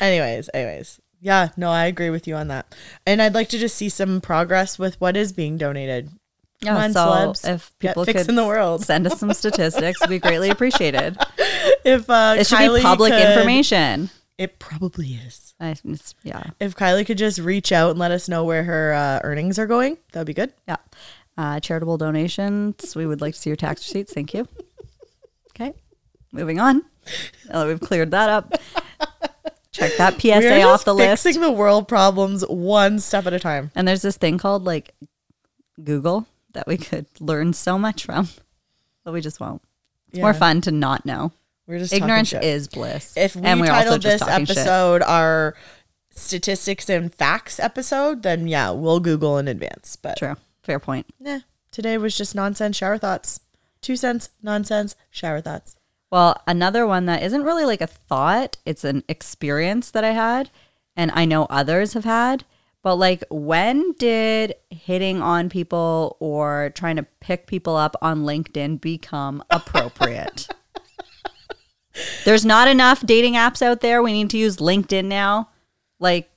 anyways, anyways. Yeah, no, I agree with you on that. And I'd like to just see some progress with what is being donated. Yeah, Come on, so celebs. if Get people fixing could the world. send us some statistics, it'd be greatly appreciated. If uh, It should Kylie be public could- information. It probably is. I, it's- yeah, If Kylie could just reach out and let us know where her uh, earnings are going, that'd be good. yeah. Uh, charitable donations. We would like to see your tax receipts. Thank you. Okay, moving on. Now that we've cleared that up, check that We are PSA just off the list. fixing the world problems one step at a time. And there's this thing called like Google that we could learn so much from, but we just won't. It's more Yeah. fun to not know. We're just talking Ignorance shit. is bliss. if we and we're also titled just this talking shit. episode our statistics and facts episode, then yeah, we'll Google in advance. But True. Fair point. nah, today was just nonsense shower thoughts. Two cents, nonsense, shower thoughts. Well, another one that isn't really like a thought, it's an experience that I had, and I know others have had, But like, when did hitting on people or trying to pick people up on LinkedIn become appropriate? There's not enough dating apps out there. We need to use LinkedIn now. Like,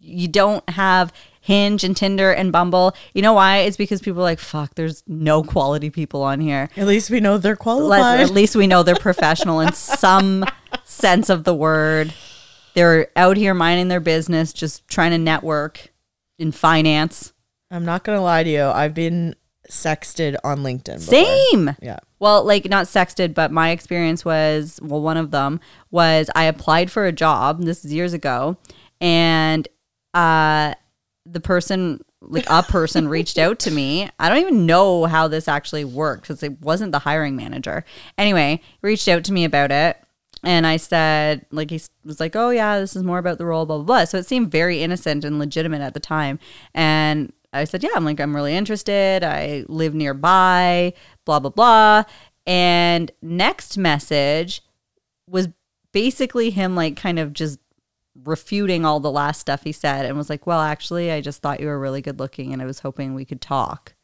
you don't have Hinge and Tinder and Bumble. You know why? It's because people are like, fuck, there's no quality people on here. At least we know they're Let- qualified. at least we know they're professional in some sense of the word. They're out here minding their business, just trying to network in finance. I'm not gonna lie to you. I've been sexted on LinkedIn. before. Same. Yeah. Well, like not sexted, but my experience was well, one of them was I applied for a job. This is years ago, and uh, the person, like a person, reached out to me. I don't even know how this actually worked because it wasn't the hiring manager. Anyway, reached out to me about it. And I said, like, he s- was like, oh, yeah, this is more about the role, blah, blah, blah. So it seemed very innocent and legitimate at the time. And I said, yeah, I'm like, I'm really interested. I live nearby, blah, blah, blah. And next message was basically him, like, kind of just refuting all the last stuff he said and was like, well, actually, I just thought you were really good looking and I was hoping we could talk.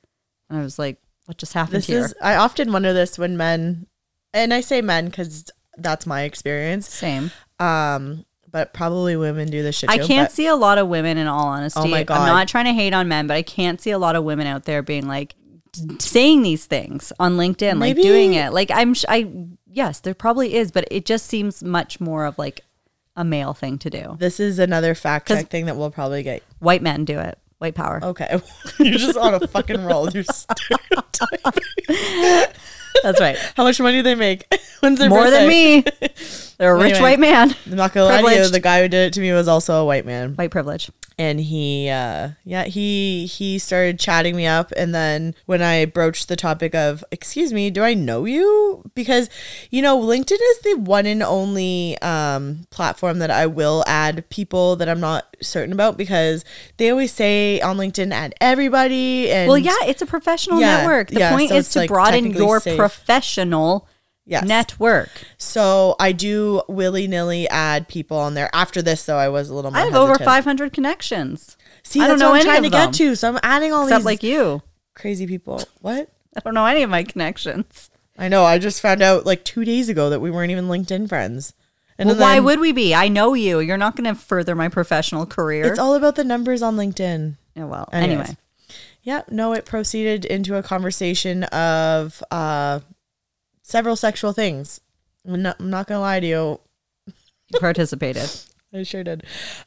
And I was like, what just happened This here? is. I often wonder this when men, and I say men because that's my experience. Same. Um, but probably women do this shit. I too, can't but see a lot of women in all honesty. Oh my God. I'm not trying to hate on men, but I can't see a lot of women out there being like saying these things on LinkedIn, like Maybe- doing it. Like I'm sh- I yes, there probably is, but it just seems much more of like a male thing to do. This is another fact 'Cause- check thing that we'll probably get. White men do it. White power. Okay, you're just on a fucking roll. You're stereotyping. That's right. How much money do they make? When's their More than birthday? me. They're a rich Anyway. white man. I'm not gonna lie to you. Privileged. The guy who did it to me was also a white man. White privilege. and he uh yeah he he started chatting me up and then when i broached the topic of excuse me do i know you because you know linkedin is the one and only um platform that i will add people that i'm not certain about because they always say on linkedin add everybody and Well, yeah, it's a professional Yeah, network. The yeah, point so is it's, to like, broaden technically your safe. professional yes. network. so i do willy-nilly add people on there after this though i was a little more I have over hesitant. 500 connections. see I that's don't know what i'm any trying of to them. get to so i'm adding all Except these like you. crazy people what I don't know any of my connections. I know. I just found out like two days ago that we weren't even LinkedIn friends. And Well, why then- would we be? I know you. You're not going to further my professional career. it's all about the numbers on LinkedIn? Yeah, well, Anyways. anyway. Yeah. No, it proceeded into a conversation of uh, several sexual things. I'm not, I'm not gonna lie to you. You participated. I sure did.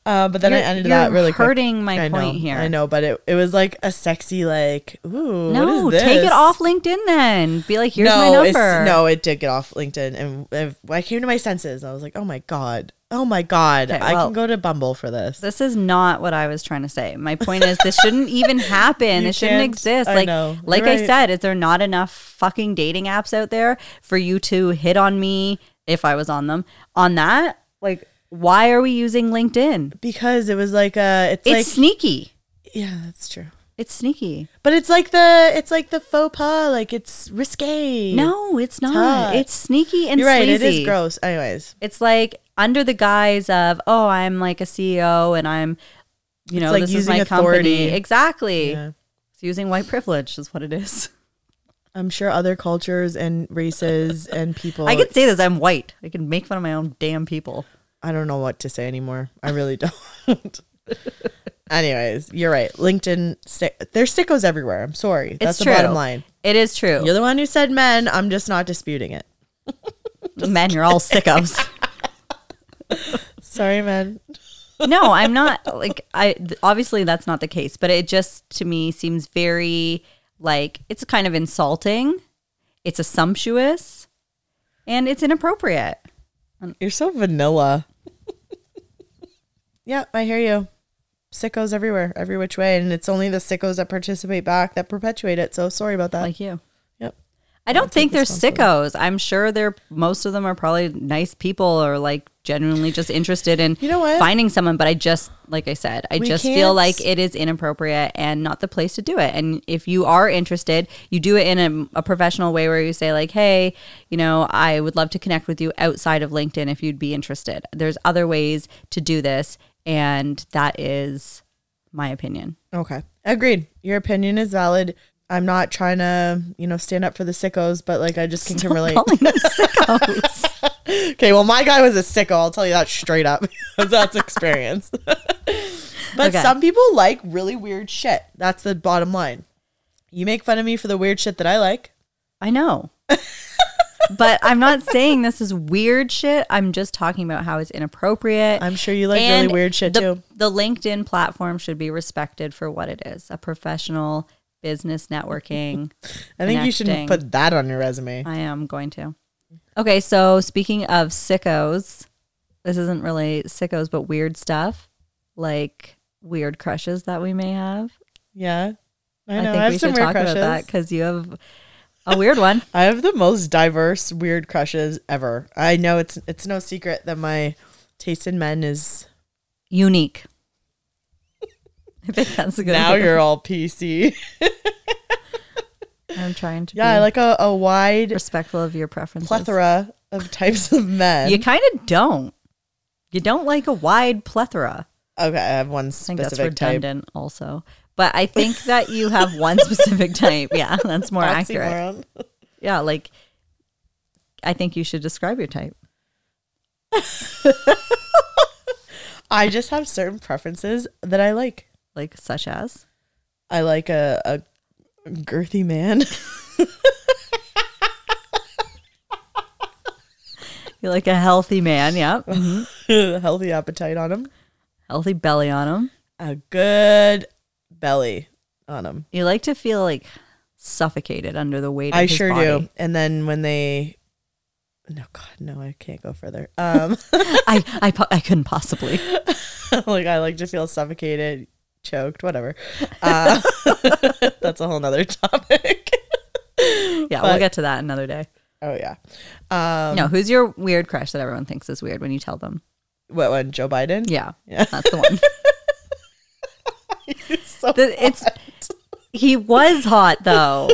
Uh, but then I You're- ended you're that really quick. hurting my I know, point here. I know, but it, it was like a sexy like. Ooh, No, what is take it this? off LinkedIn then. Be like, here's my no, it's- number. no, it did get off LinkedIn, and if- I came to my senses. I was like, oh my god, oh my god, Okay, I well- can go to Bumble for this. This is not what I was trying to say. My point is, this shouldn't even happen. You it shouldn't can't- exist. I like, know. like You're I right. said, is there not enough fucking dating apps out there for you to hit on me if I was on them? On that, like, why are we using LinkedIn? because it was like uh it's, It's like sneaky. yeah that's true It's sneaky. but it's like the it's like the faux pas like it's risque No, it's not. hot. It's sneaky and you're right sleazy. it is gross anyways It's like under the guise of, oh, I'm like a CEO and I'm, you know, like this is using my authority. company. Exactly. Yeah. It's using white privilege is what it is. i'm sure other cultures and races and people I can say this. I'm white. I can make fun of my own damn people. i don't know what to say anymore i really don't anyways you're right linkedin sick, there's sickos everywhere i'm sorry that's It's the true. bottom line It is true. you're the one who said men i'm just not disputing it Men, you're all sickos. sorry men no, I'm not like I th- obviously that's not the case, but it just to me seems very like it's kind of insulting. It's assumptuous and it's inappropriate. you're so vanilla Yeah, I hear you. Sickos everywhere, every which way, and it's only the sickos that participate back that perpetuate it. So sorry about that. Like you. yep. I don't think they're this one sickos. I'm sure they're most of them are probably nice people or like genuinely just interested in You know what? finding someone. But I just like I said, I We just can't- feel like it is inappropriate and not the place to do it. And if you are interested, you do it in a, a professional way where you say like, "Hey, you know, I would love to connect with you outside of LinkedIn if you'd be interested." There's other ways to do this, and that is my opinion. Okay. Agreed. Your opinion is valid. I'm not trying to, you know, stand up for the sickos, but like I just can, can Stop relate. calling them sickos. Okay, well, my guy was a sicko. I'll tell you that straight up. That's experience. but Okay. some people like really weird shit. That's the bottom line. You make fun of me for the weird shit that I like. I know. but I'm not saying this is weird shit. I'm just talking about how it's inappropriate. I'm sure you like And really weird shit the, too. The LinkedIn platform should be respected for what it is a professional business networking. I think you should connecting. put that on your resume. I am going to. Okay, so speaking of sickos, this isn't really sickos, but weird stuff like weird crushes that we may have. Yeah. I I, know. I, think have we some should weird talk crushes. about that because you have a weird one. I have the most diverse weird crushes ever. I know it's it's no secret that my taste in men is Unique. I think that's a good now word. you're all PC. I'm trying to yeah, I be like a, a wide respectful of your preferences. plethora of types of men. You kind of don't. You don't like a wide plethora. Okay, I have one I think that's specific type. redundant also. But I think that you have one specific type. Yeah, that's more accurate. Oxymoron. Yeah, like I think you should describe your type. I just have certain preferences that I like. Like such as I like a, a girthy man. you like a healthy man, yeah. Uh-huh. Mhm. Healthy appetite on him. healthy belly on him. A good belly on him. You like to feel like suffocated under the weight of I his sure do. body. And then when they no god no I can't go further. Um I, I po- I couldn't possibly. like I like to feel suffocated, choked, whatever. Uh, that's a whole nother topic. Yeah, But- we'll get to that another day. Oh yeah. Um no, who's your weird crush that everyone thinks is weird when you tell them? what one? Joe Biden? Yeah. Yeah. That's the one. So The- it's he was hot though.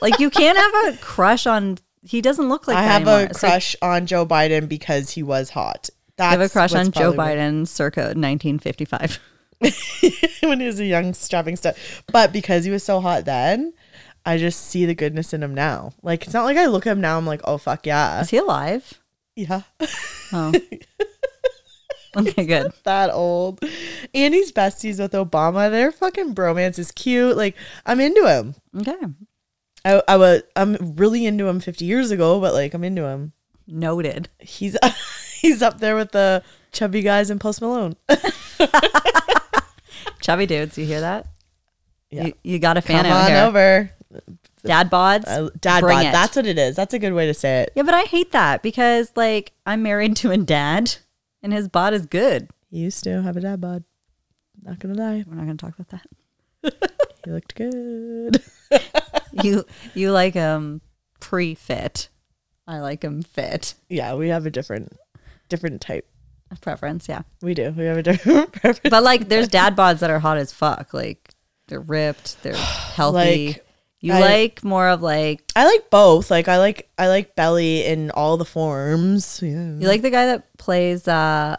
like you can't have a crush on. He doesn't look like I that have anymore. a It's like, crush on Joe Biden because he was hot. I That's have a crush what's on Joe probably- Biden, circa 1955. when he was a young strapping stud. But because he was so hot then, I just see the goodness in him now. Like it's not like I look at him now. I'm like, oh fuck yeah, Is he alive? yeah, Oh. Okay, good. that old. And he's besties with Obama. Their fucking bromance is cute. Like I'm into him. Okay. I, I was I'm really into him 50 years ago, but like I'm into him. Noted. He's he's up there with the chubby guys in Post Malone. Chubby dudes, you hear that? Yeah. You, you got a fan Come out on here. over. Dad bods. Uh, dad bring bod. it. That's what it is. That's a good way to say it. yeah, but I hate that because like I'm married to a dad and his bod is good. He used to have a dad bod. Not gonna lie. We're not going to talk about that. He looked good. you you like um pre fit. I like him fit. Yeah, we have a different different type. A preference, yeah. We do. We have a different preference. But like there's dad bods that are hot as fuck. Like they're ripped, they're healthy. Like, you I- like more of like I like both. Like I like I like belly in all the forms. Yeah. you like the guy that plays uh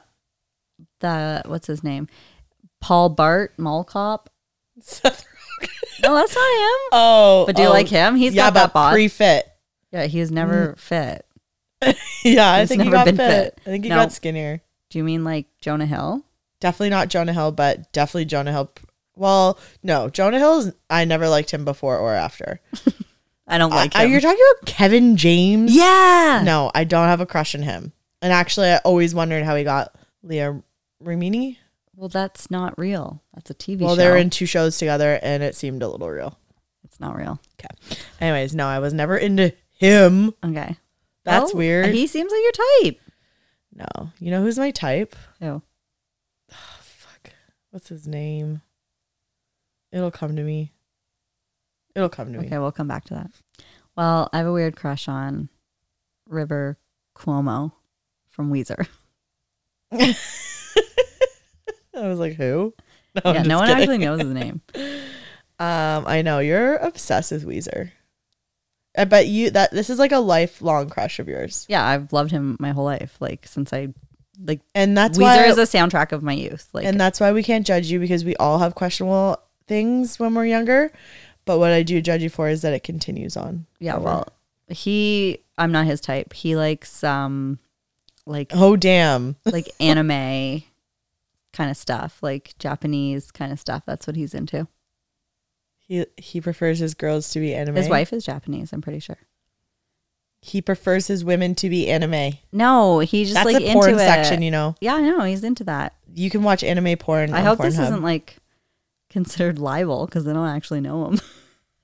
the what's his name? Paul Bart, Mall Cop. No, that's not him. oh, But do you oh. like him? He's yeah, got that but Mm. bod. pre-fit. yeah, he was never fit. Yeah, I He's think he never got fit. been fit. I think he No. got skinnier. Do you mean like Jonah Hill? Definitely not Jonah Hill, but definitely Jonah Hill. p- Well, no, Jonah Hill's. I never liked him before or after. I don't like I- I- him. Uh, you're talking about Kevin James. yeah. No, I don't have a crush on him. And actually, I always wondered how he got Leah Remini. Well, that's not real. That's a TV show. Well, they were in two shows together, and it seemed a little real. it's not real. Okay. Anyways, no, I was never into him. Okay. That's Oh, weird. He seems like your type. no, you know who's my type? Oh, Fuck. What's his name? It'll come to me. It'll come to me. okay. We'll come back to that. Well, I have a weird crush on River Cuomo from Weezer. I was like, who? yeah, No, I'm just no one kidding. actually knows his name. Um, I know you're obsessed with Weezer. I bet you that this is like a lifelong crush of yours. Yeah, I've loved him my whole life, like since I Like And that's Weezer why is a soundtrack of my youth. Like and that's why we can't judge you because we all have questionable things when we're younger. But what I do judge you for is that it continues on. yeah, well, he I'm not his type. He likes um like Oh damn. like anime kind of stuff, like Japanese kind of stuff. That's what he's into. He he prefers his girls to be anime. His wife is Japanese, I'm pretty sure. He prefers his women to be anime. No, he's just That's like a porn into section, it. you know. Yeah, I know he's into that. You can watch anime porn. I on hope this Pornhub. isn't like considered libel because I don't actually know him.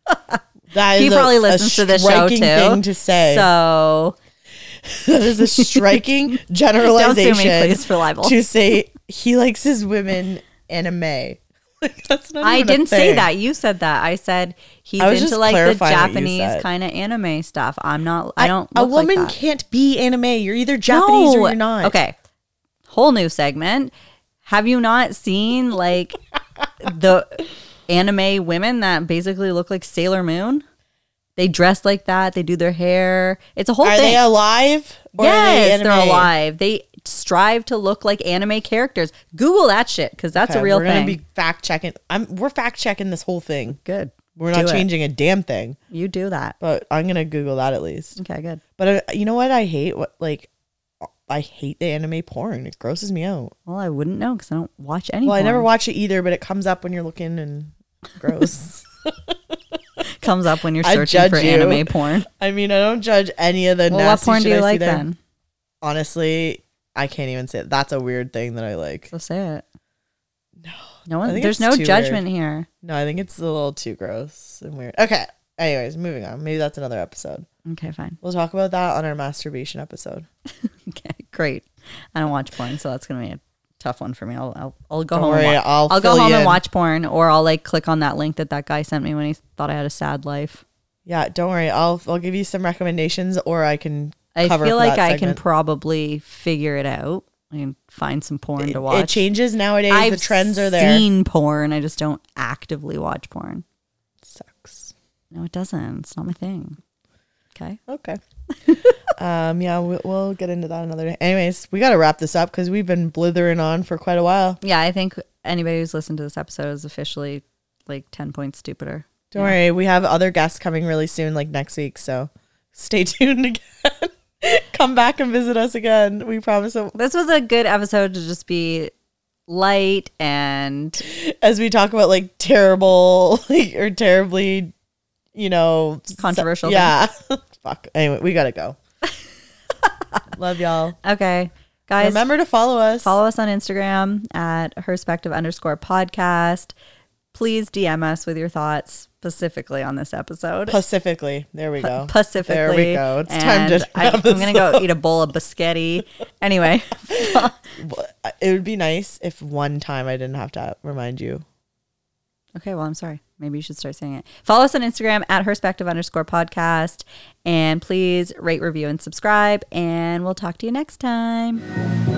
That he is a- probably a listens to this show too. striking Thing to say So that is a striking don't sue generalization. me, please, for libel. to say he likes his women anime. Like that's not. I even a didn't say thing. that. You said that. I said he's I was into just like the clarifying what you Japanese said. kind of anime stuff. I'm not. I don't. A look like woman that. can't be anime. You're either Japanese or you're not. Okay. Whole new segment. Have you not seen like the anime women that basically look like Sailor Moon? They dress like that. They do their hair. It's a whole Are thing. they alive? Or yes, are they they're anime? alive. They strive to look like anime characters. Google that shit because that's Okay, a real we're thing. gonna be fact checking. I'm. We're fact checking this whole thing. good. We're Do not it. changing a damn thing. You do that. But I'm gonna Google that at least. Okay, good. But I, you know what? I hate what like. I hate the anime porn. It grosses me out. Well, I wouldn't know because I don't watch any. Well, I never porn. watch it either, but it comes up when you're looking and gross. comes up when you're I searching judge for you. anime porn. I mean, I don't judge any of the Well, what nasty porn do shit you I like see there. then? Honestly, I can't even say it. that's a weird thing that I like. So say it. No, no I one. think There's it's no too weird. judgment here. No, I think it's a little too gross and weird. Okay. Anyways, moving on. Maybe that's another episode. Okay, fine. We'll talk about that on our masturbation episode. Okay, great. I don't watch porn, so that's gonna be a tough one for me. I'll I'll, I'll go Don't home. worry, and watch. I'll go fill home you and in. watch porn, or I'll like click on that link that that guy sent me when he thought I had a sad life. Yeah, don't worry. I'll I'll give you some recommendations, or I can. I cover feel for like that I can segment. probably figure it out. I can find some porn to It watch. changes nowadays. the trends are there. Seen porn. I just don't actively watch porn. Sucks. No, it doesn't. It's not my thing. Okay. Okay. um. Yeah, we, we'll get into that another day. Anyways, we got to wrap this up because we've been blithering on for quite a while. Yeah, I think anybody who's listened to this episode is officially like 10 points stupider. Don't worry, we have other guests coming really soon, like next week. So stay tuned again. Come back and visit us again. We promise. it- This was a good episode to just be light and As we talk about like terrible like, or terribly, you know, s- Controversial yeah. Fuck. Anyway, we gotta go. Love y'all. okay. Guys, Remember to follow us. follow us on Instagram at herspective underscore podcast. Please DM us with your thoughts specifically on this episode. Pacifically. There we go. Specifically, There we go. It's time to. I, I'm wrap this gonna go eat a bowl of biscotti. Anyway, up. It would be nice if one time I didn't have to remind you. Okay, well, I'm sorry. Maybe you should start saying it. Follow us on Instagram at herspective underscore podcast. And please rate, review, and subscribe. And we'll talk to you next time.